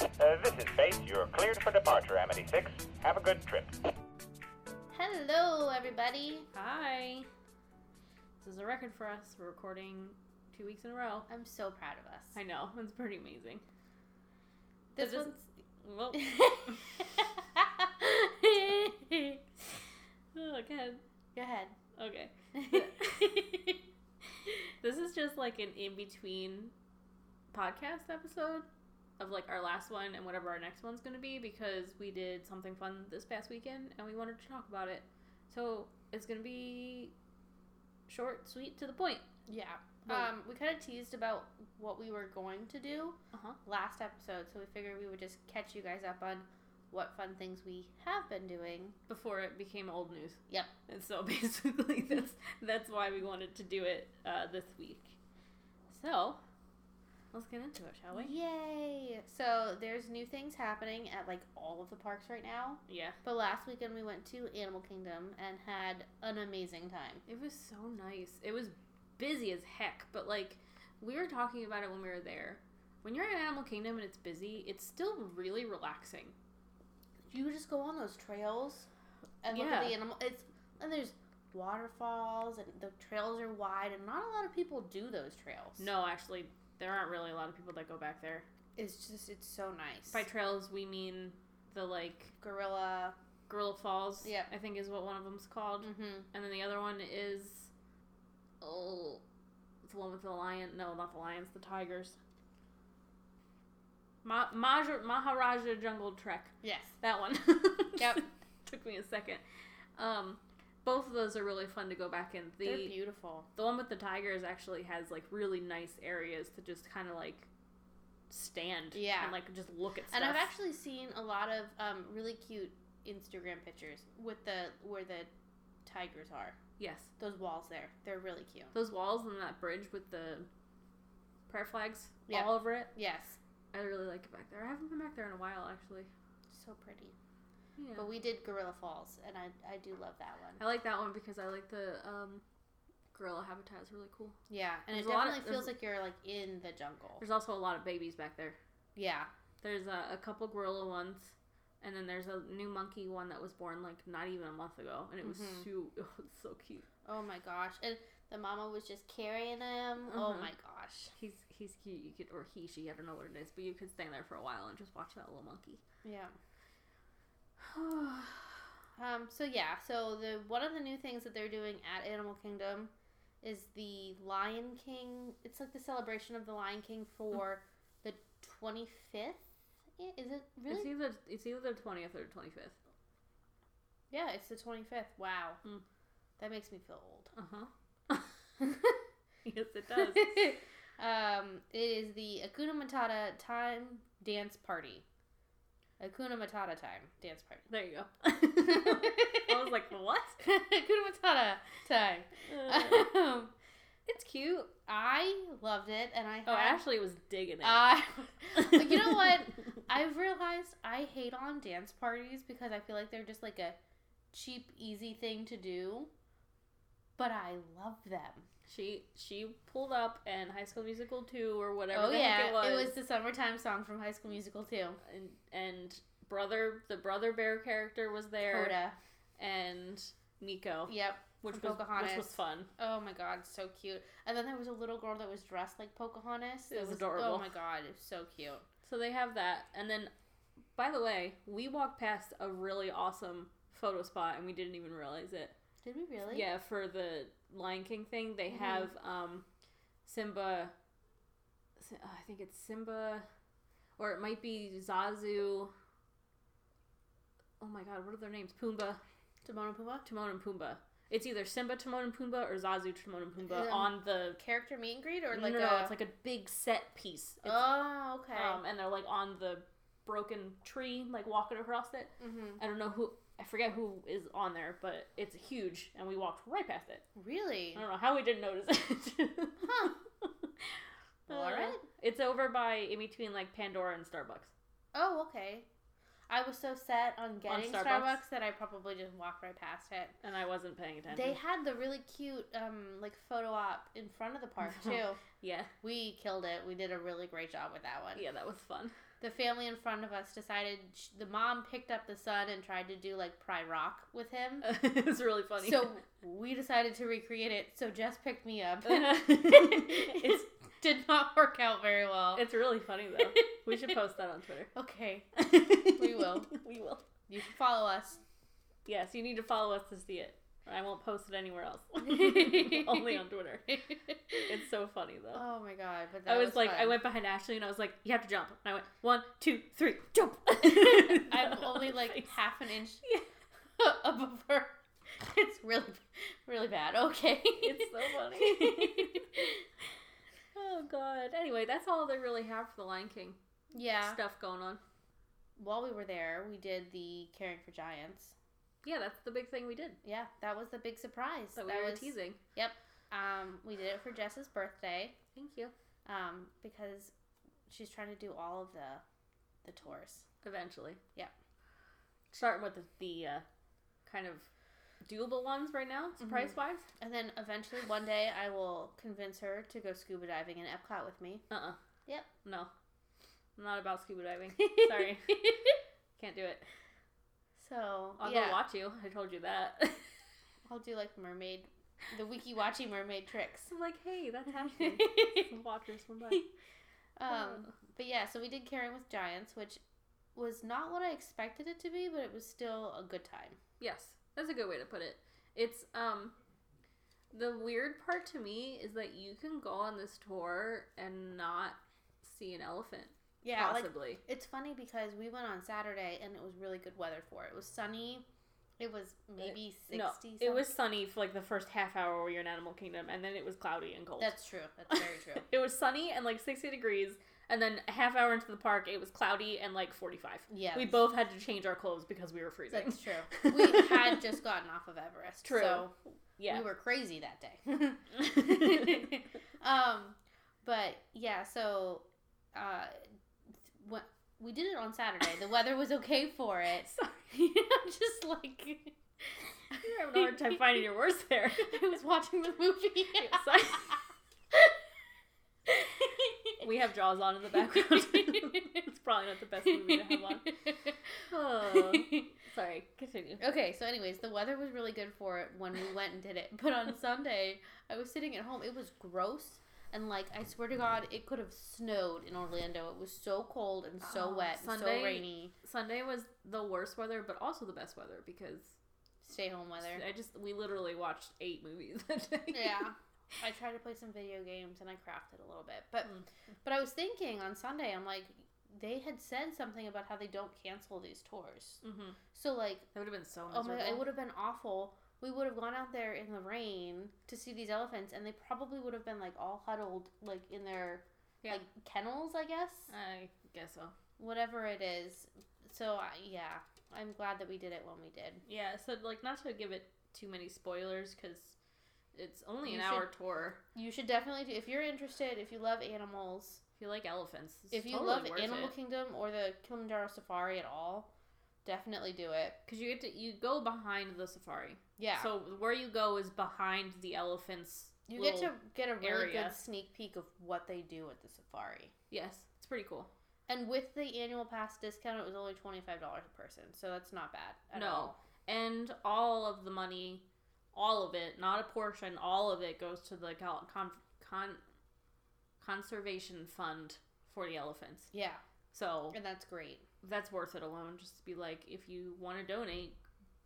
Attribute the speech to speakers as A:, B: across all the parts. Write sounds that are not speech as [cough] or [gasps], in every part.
A: Uh, this is Space. You're cleared for departure, Amity 6. Have a good trip.
B: Hello, everybody.
C: Hi. This is a record for us. We're recording two weeks in a row.
B: I'm so proud of us.
C: I know. [laughs] It's pretty amazing.
B: This
C: That
B: one's.
C: doesn't-
B: [laughs]
C: Well. [laughs] oh, God.
B: Go ahead. [laughs]
C: Okay. this is just like an in between podcast episode of like our last one and whatever our next one's going to be because we did something fun this past weekend and we wanted to talk about it. So it's going to be short, sweet, to the point.
B: yeah. [laughs]
C: Well-
B: Um, we kind of teased about what we were going to do
C: Uh huh.
B: last episode, so we figured we would just catch you guys up on what fun things we have been doing.
C: Before it became old news.
B: Yep.
C: And so [laughs] basically, that's that's why we wanted to do it uh, this week. So let's get into it, shall we?
B: Yay! So there's new things happening at like all of the parks right now.
C: Yeah.
B: But last weekend we went to Animal Kingdom and had an amazing time.
C: It was so nice. It was busy as heck, but like we were talking about it when we were there. When you're in Animal Kingdom and it's busy, it's still really relaxing.
B: You just go on those trails and look at
C: Yeah.
B: the animal. It's and there's waterfalls and the trails are wide and not a lot of people do those trails.
C: No, actually, there aren't really a lot of people that go back there.
B: it's just it's so nice.
C: By trails, we mean the like
B: gorilla.
C: Gorilla Falls.
B: Yep.
C: I think is what one of them's called,
B: Mm-hmm.
C: and then the other one is oh, it's the one with the lion. No, not the lions, the tigers. Ma- Maja- Maharaja Jungle Trek.
B: Yes.
C: That one. [laughs]
B: Yep.
C: Took me a second. Um, both of those are really fun to go back in.
B: They're
C: The
B: beautiful.
C: the one with the tigers actually has like really nice areas to just kind of like stand.
B: Yeah.
C: And like just look at stuff.
B: And I've actually seen a lot of um, really cute Instagram pictures with the where the tigers are.
C: yes,
B: Those walls there. They're really cute.
C: those walls and that bridge with the prayer flags
B: Yeah.
C: all over it.
B: Yes.
C: I really like it back there. I haven't been back there in a while actually.
B: So pretty.
C: Yeah.
B: But we did Gorilla Falls and I, I do love that one.
C: I like that one because I like the um, gorilla habitat is really cool.
B: Yeah, and it
C: There's a lot of-
B: definitely feels like you're like in the jungle.
C: There's also a lot of babies back there.
B: Yeah,
C: There's a, a couple gorilla ones, and then there's a new monkey one that was born like not even a month ago, and it was
B: Mhm.
C: so [laughs] it was so cute.
B: Oh my gosh. And the mama was just carrying him. Oh
C: Mhm.
B: my gosh.
C: He's he's cute. You could or he she I don't know what it is, but you could stand there for a while and just watch that little monkey.
B: Yeah. Um so yeah, so the one of the new things that they're doing at Animal Kingdom is the Lion King. It's like the celebration of the Lion King for the 25th. I- Is it really?
C: It's either it's either the twentieth or the twenty fifth.
B: yeah, it's the 25th. Wow.
C: Mm.
B: That makes me feel [laughs] old.
C: Uh huh. [laughs] yes,
B: [laughs]
C: it does.
B: um, it is the Akuna Matata time dance party. Akuna Matata time dance party.
C: There you go.
B: [laughs]
C: [laughs] I was like, what?
B: Akuna Matata time.
C: Uh,
B: Um, it's cute. I loved it, and I
C: oh,
B: had-
C: Ashley was digging
B: [laughs]
C: it.
B: I, Um, uh, but you know what? I've realized I hate on dance parties because I feel like they're just like a cheap, easy thing to do. But I love them.
C: [laughs] She she pulled up and High School Musical two or whatever
B: oh
C: the
B: yeah,
C: heck it was.
B: it was the summertime song from High School Musical too.
C: and and brother the brother bear character was there
B: Coda.
C: and Nico,
B: Yep.
C: which
B: and
C: was
B: Pocahontas.
C: which was fun.
B: Oh my god, so cute. And then there was a little girl that was dressed like Pocahontas.
C: It was adorable.
B: Oh my god, it was so cute.
C: So they have that, and then by the way, we walked past a really awesome photo spot and we didn't even realize it.
B: Did we really?
C: Yeah, for the Lion King thing, they
B: Mhm.
C: have um Simba. Si- uh, I think it's Simba, or it might be Zazu. Oh my God, what are their names? Pumbaa.
B: Timon and Pumbaa?
C: Timon and Pumbaa. It's either Simba, Timon and Pumbaa, or Zazu, Timon and Pumbaa
B: Um,
C: on the.
B: Character meet and greet or
C: no,
B: like
C: no,
B: a
C: no, it's like a big set piece. It's,
B: Oh, okay.
C: um, and they're like on the broken tree, like walking across it.
B: hmm
C: I don't know who. I forget who is on there, but it's huge, and we walked right past it.
B: Really?
C: I don't know how we didn't notice
B: [laughs]
C: it. [laughs]
B: Huh.
C: Uh,
B: All right.
C: It's over by in between like Pandora and Starbucks.
B: Oh, okay. I was so set on getting
C: Starbucks?
B: Starbucks. that I probably just walked right past it.
C: And I wasn't paying attention.
B: They had the really cute um like photo op in
C: [laughs]
B: front of the park
C: No.
B: too.
C: yeah.
B: We killed it. We did a really great job with that one.
C: Yeah, that was fun. [laughs]
B: the family in front of us decided sh the mom picked up the son and tried to do like pry rock with him.
C: it's really funny.
B: So we decided to recreate it. So Jess picked me up. it
C: [laughs] it's
B: did not work out very well.
C: it's really funny though. We should post that on Twitter.
B: okay. We will.
C: we will.
B: You can follow us.
C: Yes, you need to follow us to see it. I won't post it anywhere
B: [laughs]
C: else. Only on Twitter. It's so funny though.
B: oh my god! But that
C: I was, like, I
B: fun.
C: went behind Ashley and I was like, "You have to jump." And I went one, two, three,
B: [laughs]
C: jump.
B: [laughs]
C: [laughs]
B: I'm only like half an inch [laughs] above her. It's really, really bad. Okay, [laughs]
C: It's so funny. oh god. Anyway, that's all they really have for the Lion King
B: yeah.
C: stuff going on.
B: While we were there, we did the caring for giants.
C: Yeah, that's the big thing we did
B: Yeah, that was the big surprise.
C: that we were
B: was,
C: teasing.
B: Um, we did it for Jess's birthday.
C: Thank you.
B: Um, because she's trying to do all of the, the tours.
C: Eventually.
B: Yeah.
C: Starting with the, the uh, kind of doable ones right now, surprise wise.
B: And then eventually one day I will convince her to go scuba diving in Epcot with [laughs] me.
C: Uh uh
B: Yep.
C: No. I'm not about scuba [laughs] diving. Sorry. Can't do it.
B: So
C: I'll
B: yeah,
C: go watch you. I told you that.
B: I'll do like mermaid, the wiki watchy mermaid tricks.
C: I'm like, hey, that's [laughs] happening. watch her [laughs] swim by.
B: Um, but yeah, so we did caring with giants, which was not what I expected it to be, but it was still a good time.
C: Yes, that's a good way to put it. It's um the weird part to me is that you can go on this tour and not see an elephant.
B: Yeah, like
C: possibly.
B: It's funny because we went on Saturday and it was really good weather for it. It was sunny. It was maybe sixty.
C: no,
B: something.
C: it was sunny for like the first half hour where you're in Animal Kingdom, and then it was cloudy and cold.
B: That's true. That's very [laughs] true.
C: it was sunny and like 60 degrees, and then a half hour into the park, it was cloudy and like 45.
B: Yeah,
C: We both had to change our clothes because we were freezing.
B: That's
C: [laughs]
B: true. We had just gotten off of Everest.
C: True.
B: So
C: yeah. [laughs]
B: we were [laughs] crazy that day. um, but yeah, so uh, what we did it on Saturday. The weather was okay for
C: [laughs]
B: it.
C: Sorry.
B: I'm just
C: [laughs]
B: like
C: You're [laughs] having a hard time
B: [laughs]
C: finding your words there.
B: I
C: [laughs]
B: was watching the movie.
C: Sorry. We have Jaws on in the [laughs] background. it's probably not the best movie to have on. [laughs] Oh,
B: [laughs]
C: sorry, continue.
B: Okay, so anyways, the weather was really good for it when we went and did it. But on Sunday, I was sitting at home. It was gross. And like I swear
C: Mm.
B: to God, it could have snowed in Orlando. It was so cold and so
C: Oh,
B: wet and
C: Sunday-
B: so rainy.
C: Sunday was the worst weather, but also the best weather because
B: Stay home weather.
C: I just we literally watched eight movies [laughs] that day.
B: [laughs] yeah. I tried to play some video games and I crafted a little bit. But
C: Mm.
B: but I was thinking on Sunday, I'm like they had said something about how they don't cancel these tours.
C: hmm
B: So like
C: That would have been so
B: Oh
C: miserable.
B: my! It would have been awful. We would have gone out there in the rain to see these elephants, and they probably would have been like all huddled, like in their
C: Yeah. Uh.
B: like kennels, I guess,
C: I guess so.
B: whatever it is. So I yeah, I'm glad that we did it when we did.
C: Yeah. So like, not to give it too many spoilers because it's only
B: You
C: an
B: should-
C: hour tour.
B: You should definitely, do, if you're interested, if you love animals,
C: If you like elephants, it's
B: if you
C: totally
B: love
C: worth
B: Animal
C: it.
B: Kingdom or the Kilimanjaro Safari at all, definitely do it.
C: Because you get to you go behind the safari.
B: Yeah,
C: So where you go is behind the elephants.
B: you get to
C: little-
B: get a really
C: area.
B: good sneak peek of what they do at the safari.
C: yes, it's pretty cool.
B: And with the annual pass discount, it was only twenty five dollars a person, so that's not bad at
C: No.
B: all.
C: And all of the money, all of it, not a portion, all of it goes to the cal- con- con- conservation fund for the elephants.
B: Yeah,
C: So
B: and that's great.
C: that's worth it alone. Just to be like, if you want to donate,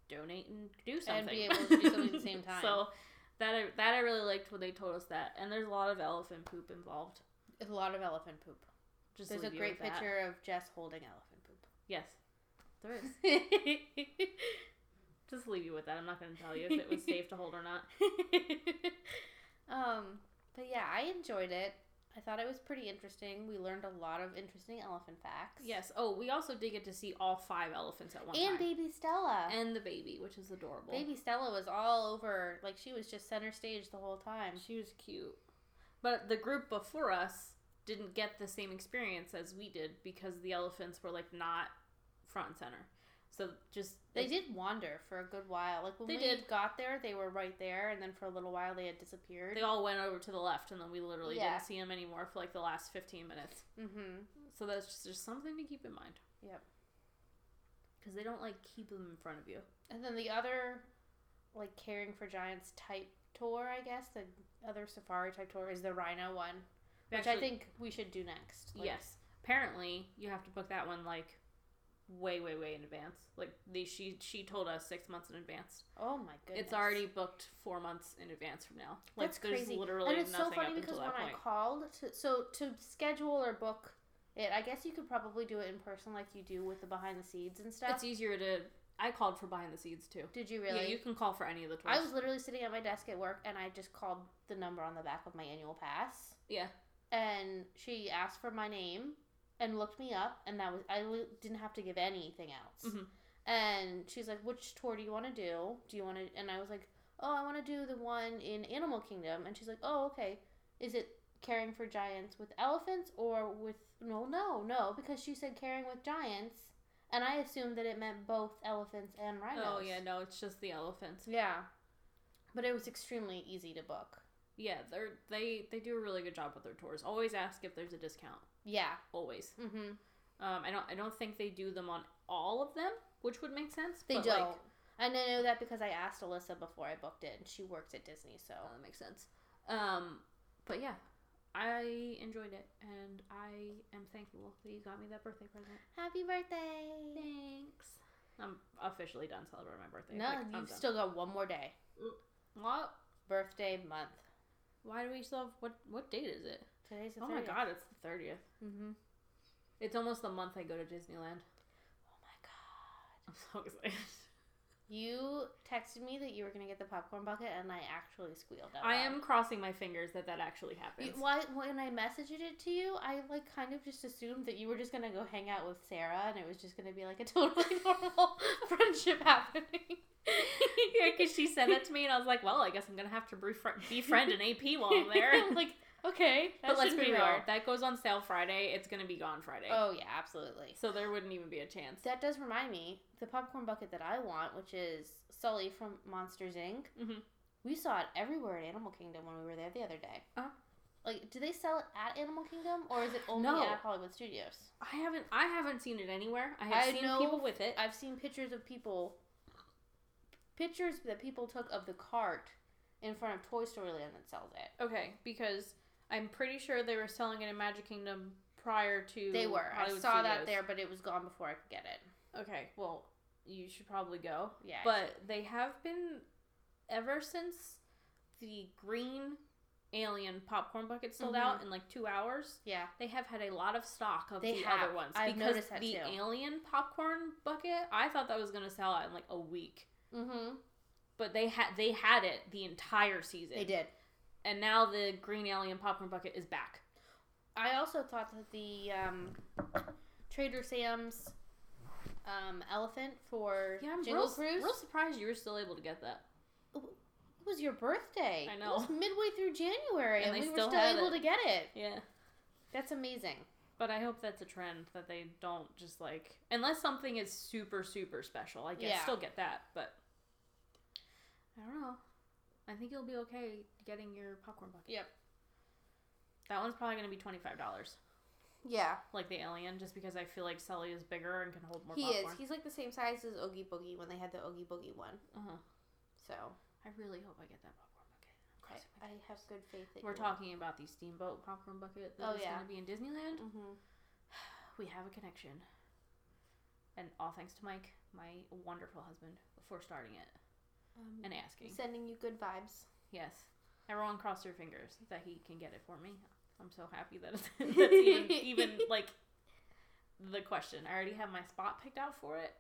C: donate and do something,
B: be able to do something at the same time.
C: [laughs] so that I, that I really liked when they told us that. And there's a lot of elephant poop involved.
B: It's a lot of elephant poop.
C: Just
B: There's a
C: leave you
B: great
C: with that.
B: picture of Jess holding elephant poop.
C: Yes, there is. [laughs] Just leave you with that. I'm not going to tell you if it was safe to hold or not.
B: [laughs] um, but yeah, I enjoyed it. I thought it was pretty interesting. We learned a lot of interesting elephant facts.
C: Yes. Oh, we also did get to see all five elephants at one
B: and
C: time.
B: baby Stella.
C: and the baby, which is adorable.
B: baby Stella was all over. Like she was just center stage the whole time.
C: She was cute. But the group before us didn't get the same experience as we did because the elephants were like not front and center. So just
B: They
C: it's-
B: did wander for a good while. Like when
C: They
B: we
C: did.
B: got there, they were right there, and then for a little while they had disappeared.
C: They all went over to the left, and then we literally
B: Yeah.
C: didn't see them anymore for like the last fifteen minutes.
B: mm-hmm.
C: So that's just, just something to keep in mind.
B: Yep.
C: Because they don't like keep them in front of you.
B: And then the other, like caring for giants type tour, I guess the other safari type tour is the rhino one,
C: We
B: which I
C: actually-
B: think we should do next. Like,
C: yes. Apparently, you have to book that one like way, way, way in advance. Like they, she, she told us six months in advance.
B: Oh my goodness.
C: It's already booked four months in advance from now. Like
B: That's
C: there's
B: crazy.
C: literally
B: and it's
C: nothing
B: so funny
C: up
B: because
C: until
B: when
C: that
B: I
C: point.
B: called to so to schedule or book it, I guess you could probably do it in person like you do with the behind the scenes and stuff.
C: It's easier to. I called for behind the scenes too.
B: Did you
C: Yeah,
B: really?
C: you can call for any of the tours.
B: I was literally sitting at my desk at work and I just called the number on the back of my annual pass
C: yeah.
B: and she asked for my name and looked me up and that was I li- didn't have to give anything else.
C: Mhm.
B: And she's like, "Which tour do you want to do? Do you want to?" And I was like, "Oh, I want to do the one in Animal Kingdom." And she's like, "Oh, okay. Is it caring for giants with elephants or with no, no, no?" Because she said caring with giants, and I assumed that it meant both elephants and rhinos.
C: Oh yeah, no, it's just the elephants.
B: Yeah. But it was extremely easy to book.
C: Yeah, they're they they do a really good job with their tours. Always ask if there's a discount.
B: Yeah.
C: Always.
B: hmm
C: Um, I don't I don't think they do them on all of them, which would make sense.
B: They
C: but,
B: don't.
C: Like,
B: and I know that because I asked Alyssa before I booked it, and she works at Disney, so.
C: oh, that makes sense. Um, but yeah, I enjoyed it, and I am thankful that you got me that birthday present.
B: Happy birthday!
C: Thanks. I'm officially done celebrating my birthday.
B: No,
C: Like, I'm
B: you've
C: done.
B: still got one more day.
C: What?
B: Birthday month.
C: Why do we still have what? What date is it?
B: Today's the
C: Oh my god, it's the thirtieth.
B: Mm-hmm.
C: It's almost the month I go to Disneyland. [laughs]
B: Oh my god.
C: I'm so [laughs] excited.
B: You texted me that you were gonna get the popcorn bucket, and I actually squealed. out
C: I
B: loud.
C: am crossing my fingers that that actually happens.
B: You, why, when I messaged it to you, I like kind of just assumed that you were just gonna go hang out with Sarah, and it was just gonna be like a [laughs] totally normal [laughs] friendship happening.
C: yeah, because she said that to me, and I was like, "Well, I guess I'm gonna have to befri- befriend an AP while [laughs] I'm there."
B: like, okay, that
C: but let's
B: shouldn't
C: be
B: be
C: real,
B: hard.
C: that goes on sale Friday. It's gonna be gone Friday,
B: Oh yeah, absolutely.
C: so there wouldn't even be a chance.
B: That does remind me the popcorn bucket that I want, which is Sully from Monsters Inc.
C: Mhm.
B: We saw it everywhere at Animal Kingdom when we were there the other day.
C: Oh.
B: Like, do they sell it at Animal Kingdom or is it only
C: No.
B: at Hollywood Studios?
C: I haven't, I haven't seen it anywhere. I have
B: I
C: seen
B: know-
C: people with it.
B: I've seen pictures of people, pictures that people took of the cart in front of Toy Story Land that sells it.
C: okay, because I'm pretty sure they were selling it in Magic Kingdom prior to.
B: They were. I
C: Hollywood
B: saw that
C: Studios.
B: there, but it was gone before I could get it.
C: Okay, well, you should probably go.
B: Yeah. I
C: But they have been ever since the green alien popcorn bucket sold
B: Mm-hmm.
C: out in like two hours.
B: Yeah.
C: They have had a lot of stock of
B: They
C: the
B: have.
C: other ones
B: I've
C: because
B: noticed that
C: the
B: too.
C: alien popcorn bucket. I thought that was going to sell out in like a week,
B: Mm-hmm.
C: but they had they had it the entire season.
B: They did.
C: and now the green alien popcorn bucket is back.
B: I also thought that the um, Trader Sam's um, elephant for
C: Yeah, I'm
B: Jingle
C: real,
B: Cruise.
C: real surprised you were still able to get that.
B: It was your birthday.
C: I
B: It
C: know.
B: was midway through January, and,
C: And they
B: we
C: still
B: were still
C: had
B: able
C: it.
B: to get it.
C: Yeah.
B: That's amazing.
C: But I hope that's a trend that they don't just like unless something is super super special. I guess
B: Yeah.
C: still get that, but I don't know. I think you'll be okay getting your popcorn bucket.
B: Yep.
C: That one's probably gonna be twenty five dollars,
B: Yeah,
C: like the alien, just because I feel like Sully is bigger and can hold more
B: he
C: popcorn.
B: is. He's like the same size as Oogie Boogie when they had the Oogie Boogie one.
C: uh-huh.
B: So
C: I really hope I get that popcorn bucket.
B: I,
C: I'm crossing my
B: I have good faith that
C: fingers. We're
B: you
C: talking about the steamboat popcorn bucket that's
B: Oh, yeah.
C: gonna be in Disneyland.
B: hmm
C: We have a connection, and all thanks to Mike, my wonderful husband, for starting it.
B: Um,
C: and asking.
B: sending you good vibes.
C: Yes. Everyone cross their fingers that he can get it for me. I'm so happy that it's [laughs] that's even, even like the question. I already have my spot picked out for it.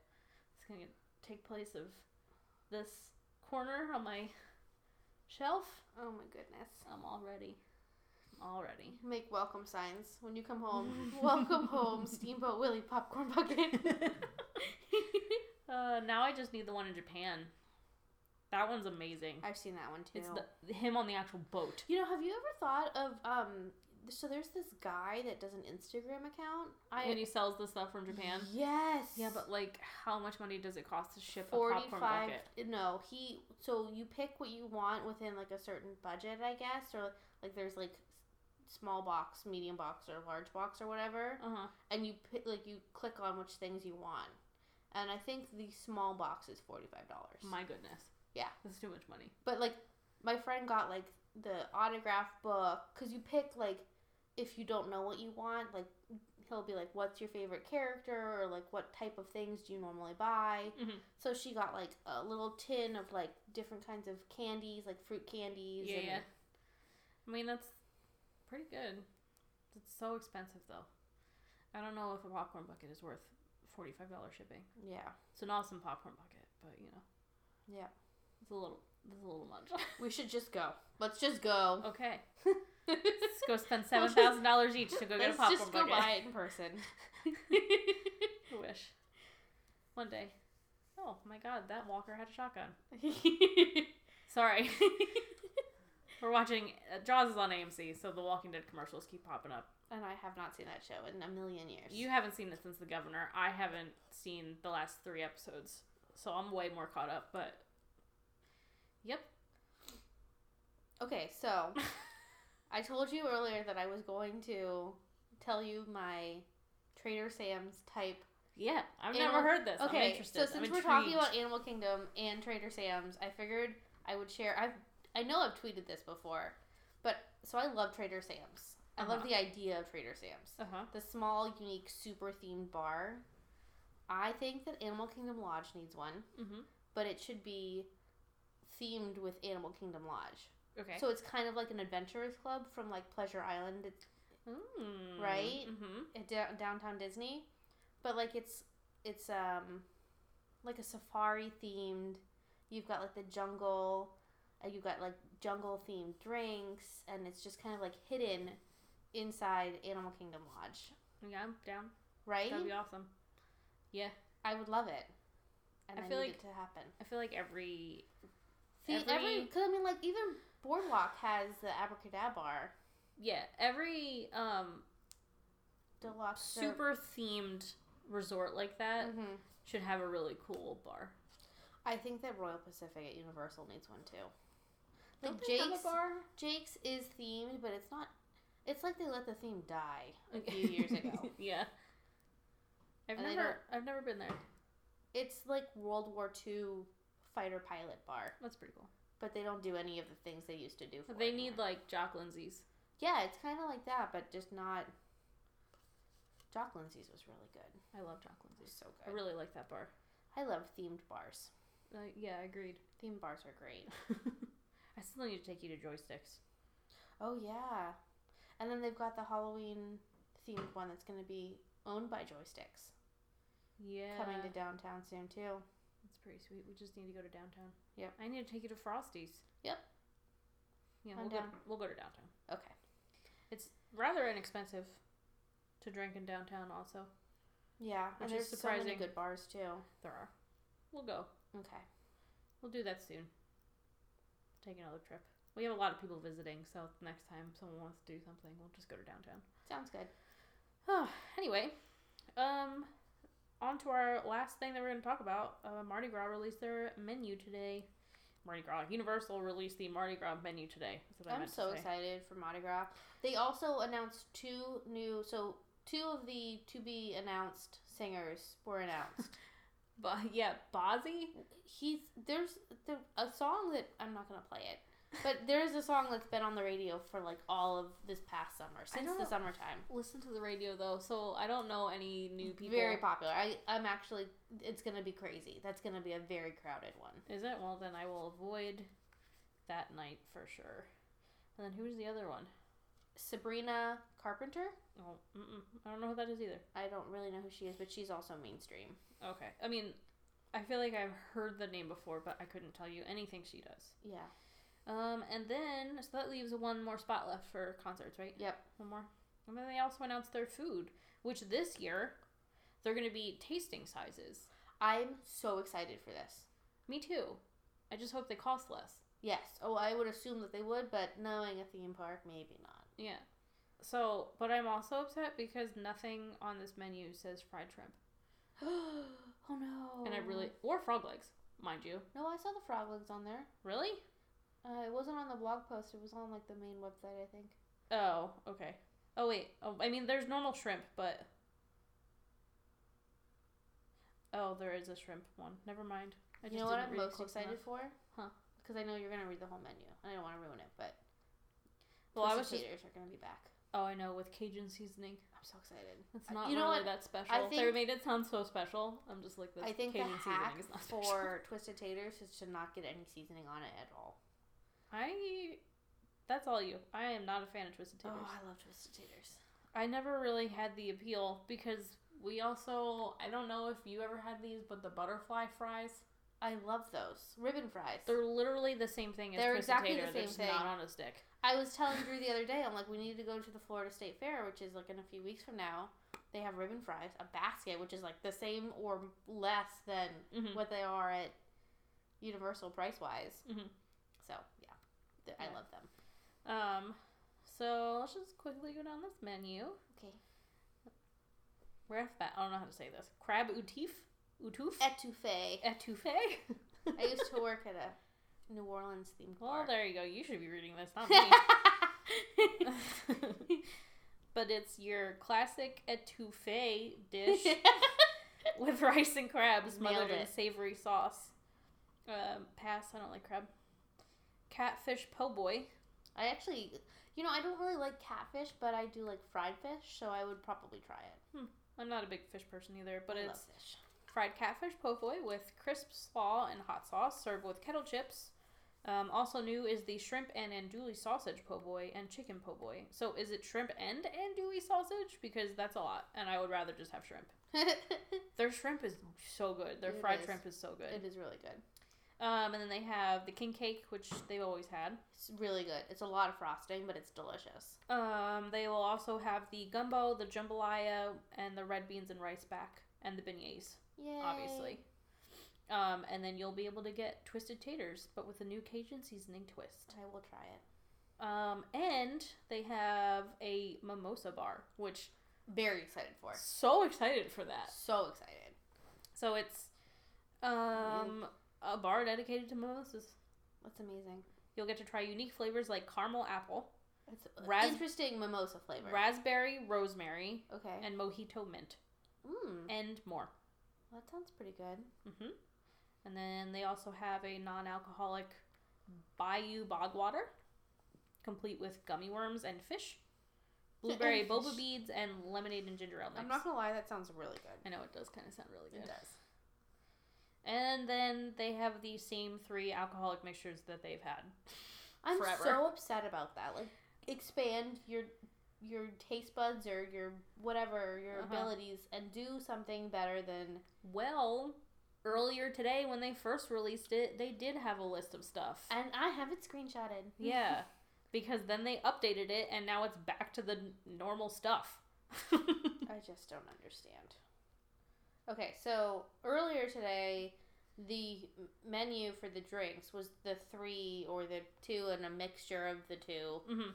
C: It's going to take place of this corner on my shelf.
B: Oh my goodness.
C: I'm all ready. I'm all ready.
B: Make welcome signs when you come [laughs] home. welcome home, Steamboat Willie popcorn [laughs] bucket.
C: [laughs] Uh, now I just need the one in Japan. That one's amazing.
B: I've seen that one too.
C: It's the, him on the actual boat.
B: you know, have you ever thought of um so there's this guy that does an Instagram account. I
C: when he sells the stuff from Japan.
B: Yes.
C: Yeah, but like, how much money does it cost to ship a popcorn
B: forty-five.
C: bucket?
B: No, he. So you pick what you want within like a certain budget, I guess, or like there's like s- small box, medium box, or large box, or whatever.
C: Uh huh.
B: And you pick like you click on which things you want. And I think the small box is forty five dollars.
C: My goodness.
B: Yeah.
C: that's too much money.
B: But like, my friend got like the autograph book because you pick like if you don't know what you want, like he'll be like, "What's your favorite character?" or like, "What type of things do you normally buy?"
C: Mhm.
B: So she got like a little tin of like different kinds of candies, like fruit candies.
C: Yeah,
B: and,
C: yeah. I mean, that's pretty good. It's so expensive though. I don't know if a popcorn bucket is worth forty-five dollars shipping.
B: yeah,
C: It's an awesome popcorn bucket, but you know,
B: yeah.
C: it's a little, it's a little much.
B: We should just go. Let's just go.
C: [laughs] okay,
B: [laughs] Let's
C: let's go spend seven
B: [laughs]
C: thousand dollars each to go get a popcorn
B: just go
C: bucket.
B: buy it in person.
C: [laughs]
B: [laughs]
C: I [laughs] wish. One day. Oh my god, that walker had a shotgun. Sorry. [laughs] We're watching uh, Jaws is on AMC, so the Walking Dead commercials keep popping up.
B: and I have not seen that show in a million years.
C: You haven't seen it since The Governor. I haven't seen the last three episodes, so I'm way more caught up. But yep,
B: okay?
C: [laughs]
B: So I told you earlier that I was going to tell you my Trader Sam's type
C: yeah, I've
B: Animal-
C: never heard this. I'm
B: Okay,
C: interested.
B: so
C: I'm
B: since we're talking
C: intrigued.
B: about Animal Kingdom and Trader Sam's, I figured I would share. I've I know I've tweeted this before, but so I love Trader Sam's. I love
C: Uh-huh.
B: the idea of Trader Sam's,
C: uh-huh.
B: the small, unique, super themed bar. I think that Animal Kingdom Lodge needs one,
C: mm-hmm.
B: but it should be themed with Animal Kingdom Lodge.
C: okay,
B: So it's kind of like an adventurers club from like Pleasure Island at
C: Mm.
B: Right?
C: Mm-hmm.
B: at dow- downtown Disney, but like it's it's um like a safari themed. You've got like the jungle, and you've got like jungle themed drinks, and it's just kind of like hidden inside Animal Kingdom Lodge,
C: Yeah, I'm down.
B: right?
C: That'd be awesome. Yeah,
B: I would love it, and I,
C: I feel
B: need
C: like-
B: it to happen.
C: I feel like every
B: See, every
C: every-
B: because I mean like even Boardwalk has the Abracadabra
C: yeah every um
B: Deluxe or-
C: super themed resort like that
B: Mhm.
C: should have a really cool bar.
B: I think that Royal Pacific at Universal needs one too. Like
C: Don't they have a
B: Jake's-
C: bar?
B: Jake's is themed, but it's not. It's like they let the theme die
C: [laughs]
B: a few years ago.
C: yeah. I've
B: And I
C: never I've never been there.
B: It's like World War II fighter pilot bar,
C: That's pretty cool.
B: but they don't do any of the things they used to do. For
C: But they
B: it
C: need
B: now.
C: like Jock Lindsey's.
B: yeah, it's kind of like that, but just not. Jock Lindsay's was really good.
C: I love Jock
B: It was
C: Lindsey's.
B: so
C: I
B: good.
C: really like that bar.
B: I love themed bars.
C: Uh, yeah, agreed.
B: Themed bars are great.
C: [laughs] I still need to take you to Joysticks.
B: Oh yeah, and then they've got the Halloween themed one that's going to be owned by Joysticks
C: Yeah.
B: coming to downtown soon too.
C: That's pretty sweet. We just need to go to downtown.
B: Yep.
C: I need to take you to Frosty's.
B: Yep.
C: Yeah,
B: I'm
C: we'll go, to,
B: down.
C: we'll go to downtown.
B: Okay.
C: It's rather inexpensive to drink in downtown also.
B: Yeah, and
C: Which is
B: there's so
C: surprising.
B: many good bars too.
C: There are. We'll go.
B: Okay.
C: We'll do that soon. Take another trip. We have a lot of people visiting, so next time someone wants to do something, we'll just go to downtown.
B: Sounds good.
C: Oh, anyway, um, on to our last thing that we're going to talk about. Uh, Mardi Gras released their menu today. Mardi Gras Universal released the Mardi Gras menu today. is what I
B: I'm
C: meant to
B: so
C: say.
B: excited for Mardi Gras. They also announced two new, so two of the to be announced singers were announced. [laughs]
C: But yeah, Bozzy.
B: He's there's there, a song that I'm not gonna play it, [laughs] but there's a song that's been on the radio for like all of this past summer since the
C: don't-
B: summertime.
C: Listen to the radio though, so I don't know any new people.
B: Very popular. I I'm actually it's gonna be crazy. That's gonna be a very crowded one.
C: Is it? Well, then I will avoid that night for sure. And then who's the other one?
B: Sabrina Carpenter.
C: Oh, mm-mm. I don't know who that is either.
B: I don't really know who she is, but she's also mainstream.
C: Okay. I mean, I feel like I've heard the name before, but I couldn't tell you anything she does.
B: Yeah.
C: Um, and then so that leaves one more spot left for concerts, right?
B: Yep.
C: One more. And then they also announced their food, which this year they're going to be tasting sizes.
B: I'm so excited for this.
C: Me too. I just hope they cost less.
B: Yes. Oh, I would assume that they would, but knowing a theme park, maybe not.
C: Yeah. So, but I'm also upset because nothing on this menu says fried shrimp,
B: [gasps] oh no.
C: and I really
B: Oh.
C: or frog legs, mind you.
B: No, I saw the frog legs on there.
C: Really?
B: Uh, it wasn't on the blog post. It was on like the main website, I think.
C: Oh, okay. Oh wait. Oh, I mean, there's normal shrimp, but oh, there is a shrimp one. Never mind. I
B: you know what
C: didn't
B: I'm
C: read
B: most
C: close
B: excited
C: enough.
B: for?
C: Huh.
B: Because I know you're gonna read the whole menu, and I don't want to ruin it, but
C: Well, I was just
B: Cheaters are gonna be back.
C: oh, I know with Cajun seasoning.
B: I'm so excited.
C: It's
B: I-
C: not
B: Uh, you know
C: really
B: what?
C: that special. they
B: think-
C: made it sound so special. I'm just like this.
B: I think
C: Cajun
B: the hack
C: seasoning is not special. [laughs]
B: for twisted taters is to not get any seasoning on it at all.
C: I. That's all you. I am not a fan of twisted taters.
B: Oh, I love twisted taters.
C: I never really had the appeal because we also I don't know if you ever had these, but the butterfly fries.
B: I love those ribbon fries.
C: They're literally the same thing as
B: They're
C: twisted
B: exactly the
C: tater. They're
B: same
C: just
B: thing.
C: not on a stick.
B: I was telling Drew the other day, I'm like, we need to go to the Florida State Fair, which is like in a few weeks from now. They have ribbon fries, a basket, which is like the same or less than
C: Mhm.
B: what they are at Universal price wise.
C: Mhm.
B: So yeah, Th- I
C: Yeah.
B: love them.
C: Um, so let's just quickly go down this menu.
B: Okay,
C: Where's that? I don't know how to say this. Crab outif, outouf,
B: etouffee.
C: etouffee.
B: [laughs] I used to work at a New Orleans themed
C: Well,
B: bar.
C: there you go. You should be reading this,
B: [laughs]
C: not me.
B: Well, [laughs]
C: but it's your classic etouffee
B: [laughs]
C: dish with rice and crab smothered
B: Nailed
C: in
B: it.
C: savory sauce. Um, pass. I don't like crab. Catfish po' boy.
B: I actually, you know, I don't really like catfish, but I do like fried fish, so I would probably try it.
C: I'm not a big fish person either, but
B: I
C: it's
B: love fish.
C: fried catfish po' boy with crisp slaw and hot sauce, served with kettle chips. Um, also new is the shrimp and andouille sausage po' boy and chicken po' boy. So is it shrimp and andouille sausage? Because that's a lot, and I would rather just have shrimp.
B: [laughs]
C: Their shrimp is so good. Their
B: It
C: fried
B: is.
C: shrimp is so
B: it
C: good.
B: is really good.
C: Um, and then they have the king cake, which they've always had.
B: It's really good. It's a lot of frosting, but it's delicious.
C: Um, they will also have the gumbo, the jambalaya, and the red beans and rice back, and the beignets.
B: Yeah.
C: obviously. Um, and then you'll be able to get twisted taters, but with a new Cajun seasoning twist.
B: I will try it.
C: Um, and they have a mimosa bar, which
B: Very excited for it.
C: so excited for that.
B: So excited.
C: So it's um, a bar dedicated to mimosas.
B: That's amazing.
C: You'll get to try unique flavors like caramel apple,
B: It's
C: Ras-
B: interesting mimosa flavor.
C: raspberry, rosemary,
B: okay.
C: and mojito mint,
B: mm,
C: and more.
B: that sounds pretty good.
C: hmm And then they also have a non alcoholic Bayou Bog Water, complete with gummy worms and fish, blueberry
B: And
C: boba
B: fish.
C: beads, and lemonade and ginger ale mix.
B: I'm not gonna lie, that sounds really good.
C: I know it does kind of sound really
B: It
C: good.
B: does.
C: And then they have the same three alcoholic mixtures that they've had.
B: I'm
C: Forever.
B: so upset about that. Like, expand your your taste buds or your whatever your
C: Uh-huh.
B: abilities and do something better than
C: Well, earlier today when they first released it, they did have a list of stuff.
B: and I have it screenshotted.
C: yeah, [laughs] because then they updated it and now it's back to the n- normal stuff.
B: [laughs]
C: [laughs] Mm-hmm.
B: I just don't understand. Okay, so earlier today, the m- menu for the drinks was the three or the two and a mixture of the two,
C: hmm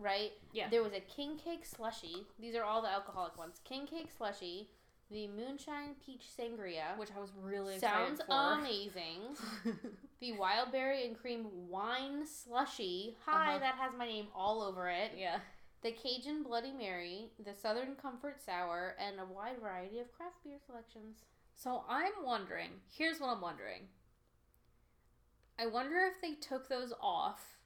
B: right?
C: Yeah.
B: There was a king cake slushy. These are all the alcoholic ones. King cake slushy, the moonshine peach sangria,
C: which I was really excited
B: sounds
C: for. [laughs]
B: amazing. the wild berry and cream wine slushy. Hi,
C: Uh-huh.
B: that has my name all over it.
C: yeah,
B: The Cajun Bloody Mary, the Southern Comfort Sour, and a wide variety of craft beer selections.
C: so I'm wondering. Here's what I'm wondering. I wonder if they took those off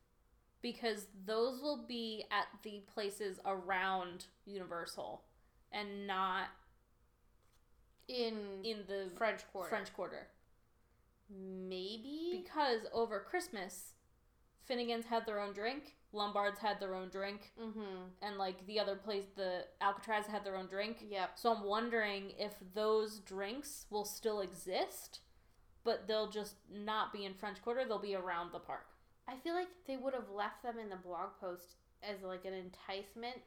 C: because those will be at the places around Universal and not
B: In,
C: in the
B: French Quarter.
C: French Quarter.
B: Maybe?
C: Because over Christmas, Finnegan's had their own drink, Lombard's had their own drink,
B: mm-hmm.
C: and like the other place, the Alcatraz had their own drink.
B: Yep.
C: So I'm wondering if those drinks will still exist, but they'll just not be in French Quarter. They'll be around the park.
B: I feel like they would have left them in the blog post as like an enticement.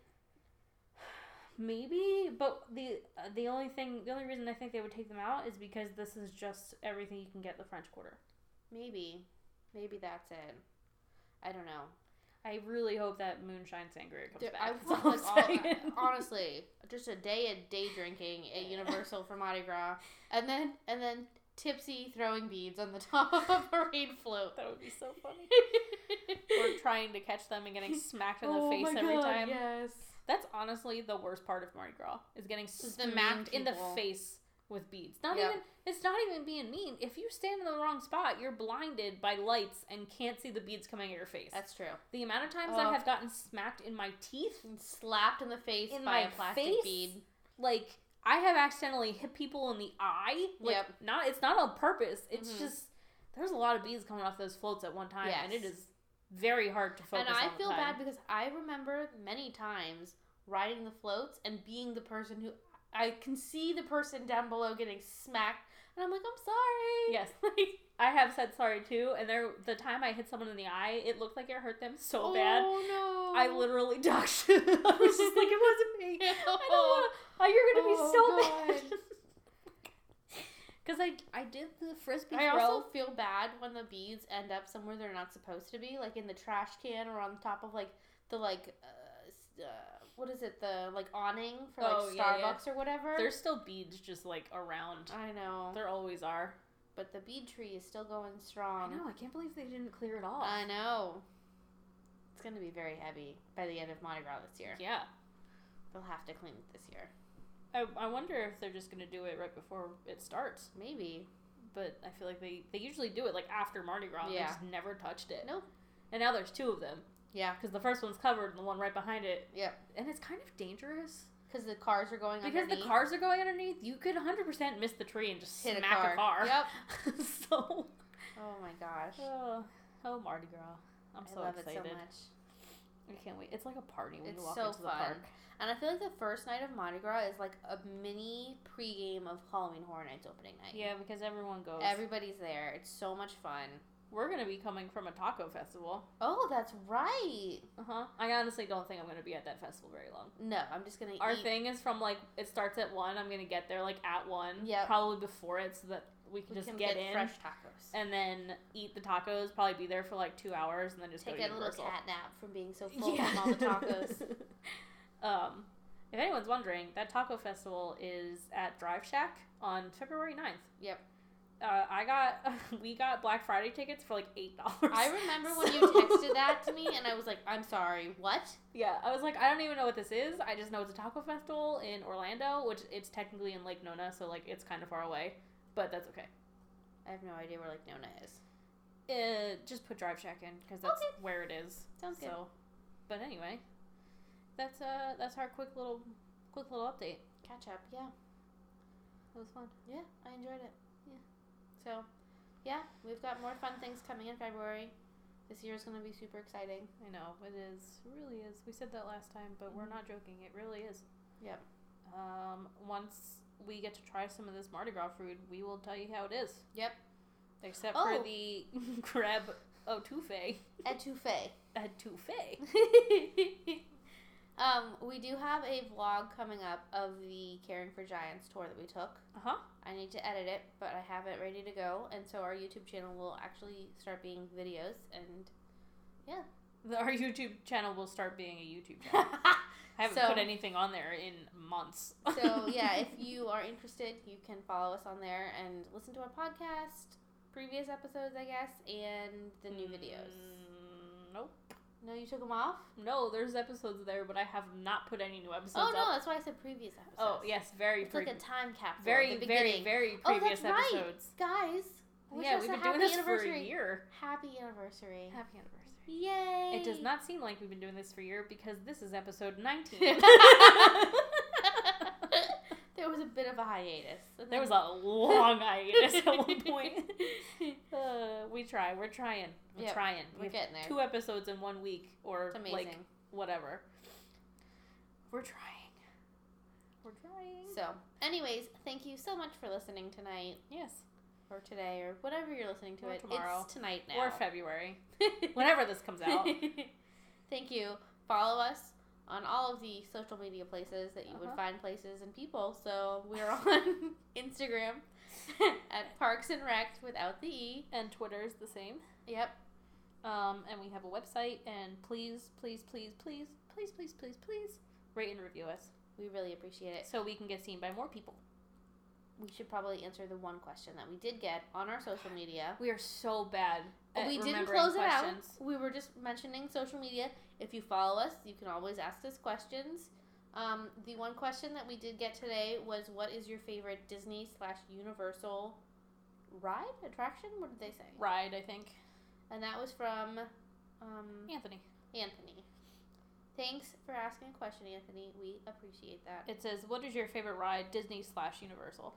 C: Maybe, but the uh, the only thing, the only reason I think they would take them out is because this is just everything you can get in the French Quarter.
B: Maybe. Maybe that's it. I don't know.
C: I really hope that moonshine sangria comes
B: Dude,
C: back. [laughs]
B: I [laughs]
C: That's
B: want,
C: all
B: like,
C: I'm
B: all,
C: saying.
B: [laughs] honestly, just a day of day drinking at Universal for Mardi Gras, and then and then tipsy throwing beads on the [laughs] top of a parade float. [laughs]
C: [laughs] that would be so funny. [laughs] or trying to catch them and getting smacked in the face every time.
B: Oh Yes.
C: That's honestly the worst part of Mardi Gras is getting
B: the
C: smacked
B: mean
C: in the
B: people.
C: face with beads. Not
B: Yep.
C: even it's not even being mean. If you stand in the wrong spot, you're blinded by lights and can't see the beads coming at your face.
B: That's true.
C: the amount of times
B: Oh.
C: I have gotten smacked in my teeth,
B: And slapped in the face
C: In
B: by
C: my
B: a plastic
C: face?
B: bead.
C: like I have accidentally hit people in the eye. Like
B: Yep.
C: not it's not on purpose. It's
B: Mhm.
C: just there's a lot of beads coming off those floats at one time and it
B: Yes.
C: is very hard to focus
B: and I
C: all the
B: feel
C: time.
B: bad because I remember many times riding the floats and being the person who I can see the person down below getting smacked, and I'm like, I'm sorry.
C: Yes, [laughs] like I have said sorry too, and there the time I hit someone in the eye, it looked like it hurt them so
B: Oh
C: bad.
B: no.
C: I literally [laughs] ducked. I was just like, it wasn't me. [laughs] I don't want. Oh, you're gonna
B: Oh,
C: be so [laughs] mad. Because I I did the frisbee
B: I
C: throw.
B: also feel bad when the beads end up somewhere they're not supposed to be, like in the trash can or on top of like the like uh, s- uh, what is it the like awning for like
C: Oh,
B: Starbucks
C: yeah, yeah.
B: or whatever.
C: There's still beads just like around.
B: I know,
C: There always are.
B: but the bead tree is still going
C: I
B: strong.
C: know. I can't believe they didn't clear it off.
B: I know. It's gonna be very heavy by the end of Mardi Gras this year.
C: Yeah.
B: They'll have to clean it this year.
C: I, I wonder if they're just gonna do it right before it starts.
B: Maybe.
C: But I feel like they they usually do it like after Mardi Gras. They
B: Yeah.
C: just never touched it.
B: Nope.
C: And now there's two of them.
B: Yeah.
C: because the first one's covered and the one right behind it,
B: Yeah.
C: and it's kind of dangerous
B: Because the cars are going
C: because the
B: underneath.
C: cars are going underneath. You could 100% miss the tree and just
B: Hit a
C: smack
B: car.
C: a car.
B: Yep.
C: [laughs] so,
B: Oh my gosh.
C: oh, oh, Mardi Gras. I'm so
B: I love
C: excited.
B: it so much.
C: I can't wait. It's like a party when
B: It's
C: you walk
B: so
C: into the
B: fun.
C: park.
B: And I feel like the first night of Mardi Gras is like a mini pregame of Halloween Horror Nights opening night.
C: Yeah, because everyone goes.
B: Everybody's there. It's so much fun.
C: We're gonna be coming from a taco festival.
B: Oh, that's right.
C: Uh huh. I honestly don't think I'm gonna be at that festival very long.
B: No, I'm just gonna
C: Our
B: eat.
C: thing is from like it starts at one. I'm gonna get there like at one.
B: Yep.
C: Probably before it, so that we can
B: we
C: just
B: can
C: get,
B: get,
C: in.
B: fresh tacos.
C: and then eat the tacos. Probably be there for like two hours, and then just
B: Take
C: go to
B: a little
C: Universal.
B: cat nap from being so full from all the tacos.
C: [laughs]
B: [laughs]
C: um, if anyone's wondering, that taco festival is at Drive Shack on February 9th.
B: Yep.
C: Uh, I got [laughs] we got Black Friday tickets for like eight dollars.
B: I remember when you
C: So-
B: texted that to me, and I was like, "I'm sorry, what?"
C: yeah, I was like, I don't even know what this is. I just know it's a taco festival in Orlando, which it's technically in Lake Nona, so like it's kind of far away, but that's okay.
B: I have no idea where like Nona is.
C: Uh, just put Drive Shack in because that's
B: Okay.
C: where it is.
B: Sounds good.
C: So, but anyway, that's uh that's our quick little quick little update.
B: Catch up, yeah,
C: That was fun.
B: yeah. I enjoyed it.
C: Yeah.
B: So, yeah, we've got more fun things coming in February. This year is going to be super exciting.
C: I know it is it really is. We said that last time, but we're not joking. It really is.
B: Mm-hmm. Yep.
C: Um, once we get to try some of this Mardi Gras food, we will tell you how it is.
B: Yep.
C: Except
B: Oh.
C: for the [laughs] crab etouffee.
B: Etouffee.
C: Etouffee.
B: um, we do have a vlog coming up of the Caring for Giants tour that we took.
C: Uh huh.
B: I need to edit it, but I have it ready to go, and so our YouTube channel will actually start being videos. And
C: Our YouTube channel will start being a YouTube
B: [laughs]
C: channel. I haven't
B: So-
C: put anything on there in months.
B: so yeah, if you are interested, you can follow us on there and listen to our podcast, previous episodes, I guess, and the
C: [laughs]
B: new videos.
C: Mm, Nope.
B: No, you took them off.
C: No, there's episodes there, but I have not put any new episodes
B: oh no,
C: up.
B: that's why I said previous episodes.
C: Oh yes, very
B: it's
C: pre-
B: like a time capsule. Very,
C: very
B: at the
C: very
B: beginning.
C: very
B: Oh, that's
C: previous
B: right.
C: episodes.
B: Guys, wish
C: yeah,
B: us
C: we've
B: a
C: been
B: happy
C: doing this for a
B: anniversary.
C: year.
B: Happy anniversary.
C: Happy anniversary.
B: Yay!
C: It
B: [laughs]
C: does not seem like we've been doing this for a year because this is episode 19.
B: [laughs] there was a bit of a hiatus. And
C: [laughs] there
B: then-
C: was
B: [laughs]
C: a long hiatus at one point. Uh, we try. We're trying. We're
B: Yep,
C: trying.
B: [laughs] We're
C: We've
B: getting there.
C: two episodes in one week or
B: It's amazing.
C: like whatever. We're trying. We're trying.
B: so, anyways, thank you so much for listening tonight
C: yes.
B: or today or whatever you're listening to
C: Or
B: it.
C: tomorrow.
B: It's tonight now.
C: Or February.
B: [laughs]
C: Whenever this comes [laughs] out.
B: thank you. Follow us on all of the social media places that you would
C: Uh-huh.
B: find places and people. So, we're on [laughs] Instagram at Parks and Rec without the E.
C: and Twitter's the same.
B: Yep.
C: Um, and we have a website. And please, please, please, please, please, please, please, please rate and review us
B: We really appreciate it.
C: so we can get seen by more people.
B: We should probably answer the one question that we did get on our social media.
C: We are so bad. at
B: we didn't
C: remembering
B: close
C: questions.
B: it out. We were just mentioning social media. If you follow us, you can always ask us questions. Um, the one question that we did get today was, "What is your favorite Disney slash Universal ride attraction?" What did they say?
C: Ride, I think.
B: And that was from um,
C: Anthony.
B: Anthony. Thanks for asking a question, Anthony. We appreciate that.
C: It says, "What is your favorite ride, Disney slash Universal?"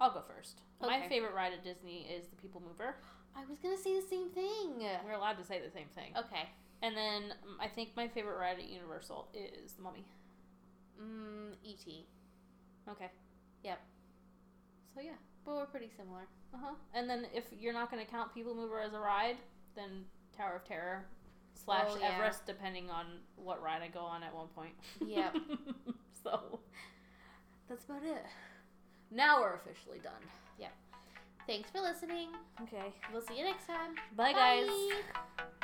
C: I'll go first. My
B: Okay.
C: favorite ride at Disney is the People Mover.
B: I was gonna say the same thing.
C: We're allowed to say the same thing.
B: Okay.
C: And then um, I think my favorite ride at Universal is the Mummy.
B: Mm, E.T.
C: Okay.
B: Yep.
C: So yeah.
B: But we're pretty similar.
C: Uh huh. And then if you're not going to count People Mover as a ride, then Tower of Terror slash
B: Oh, yeah.
C: Everest, depending on what ride I go on at one point.
B: Yep.
C: [laughs] so that's about it. Now we're officially done.
B: Thanks for listening.
C: Okay.
B: We'll see you next time.
C: Bye, guys.
B: Bye.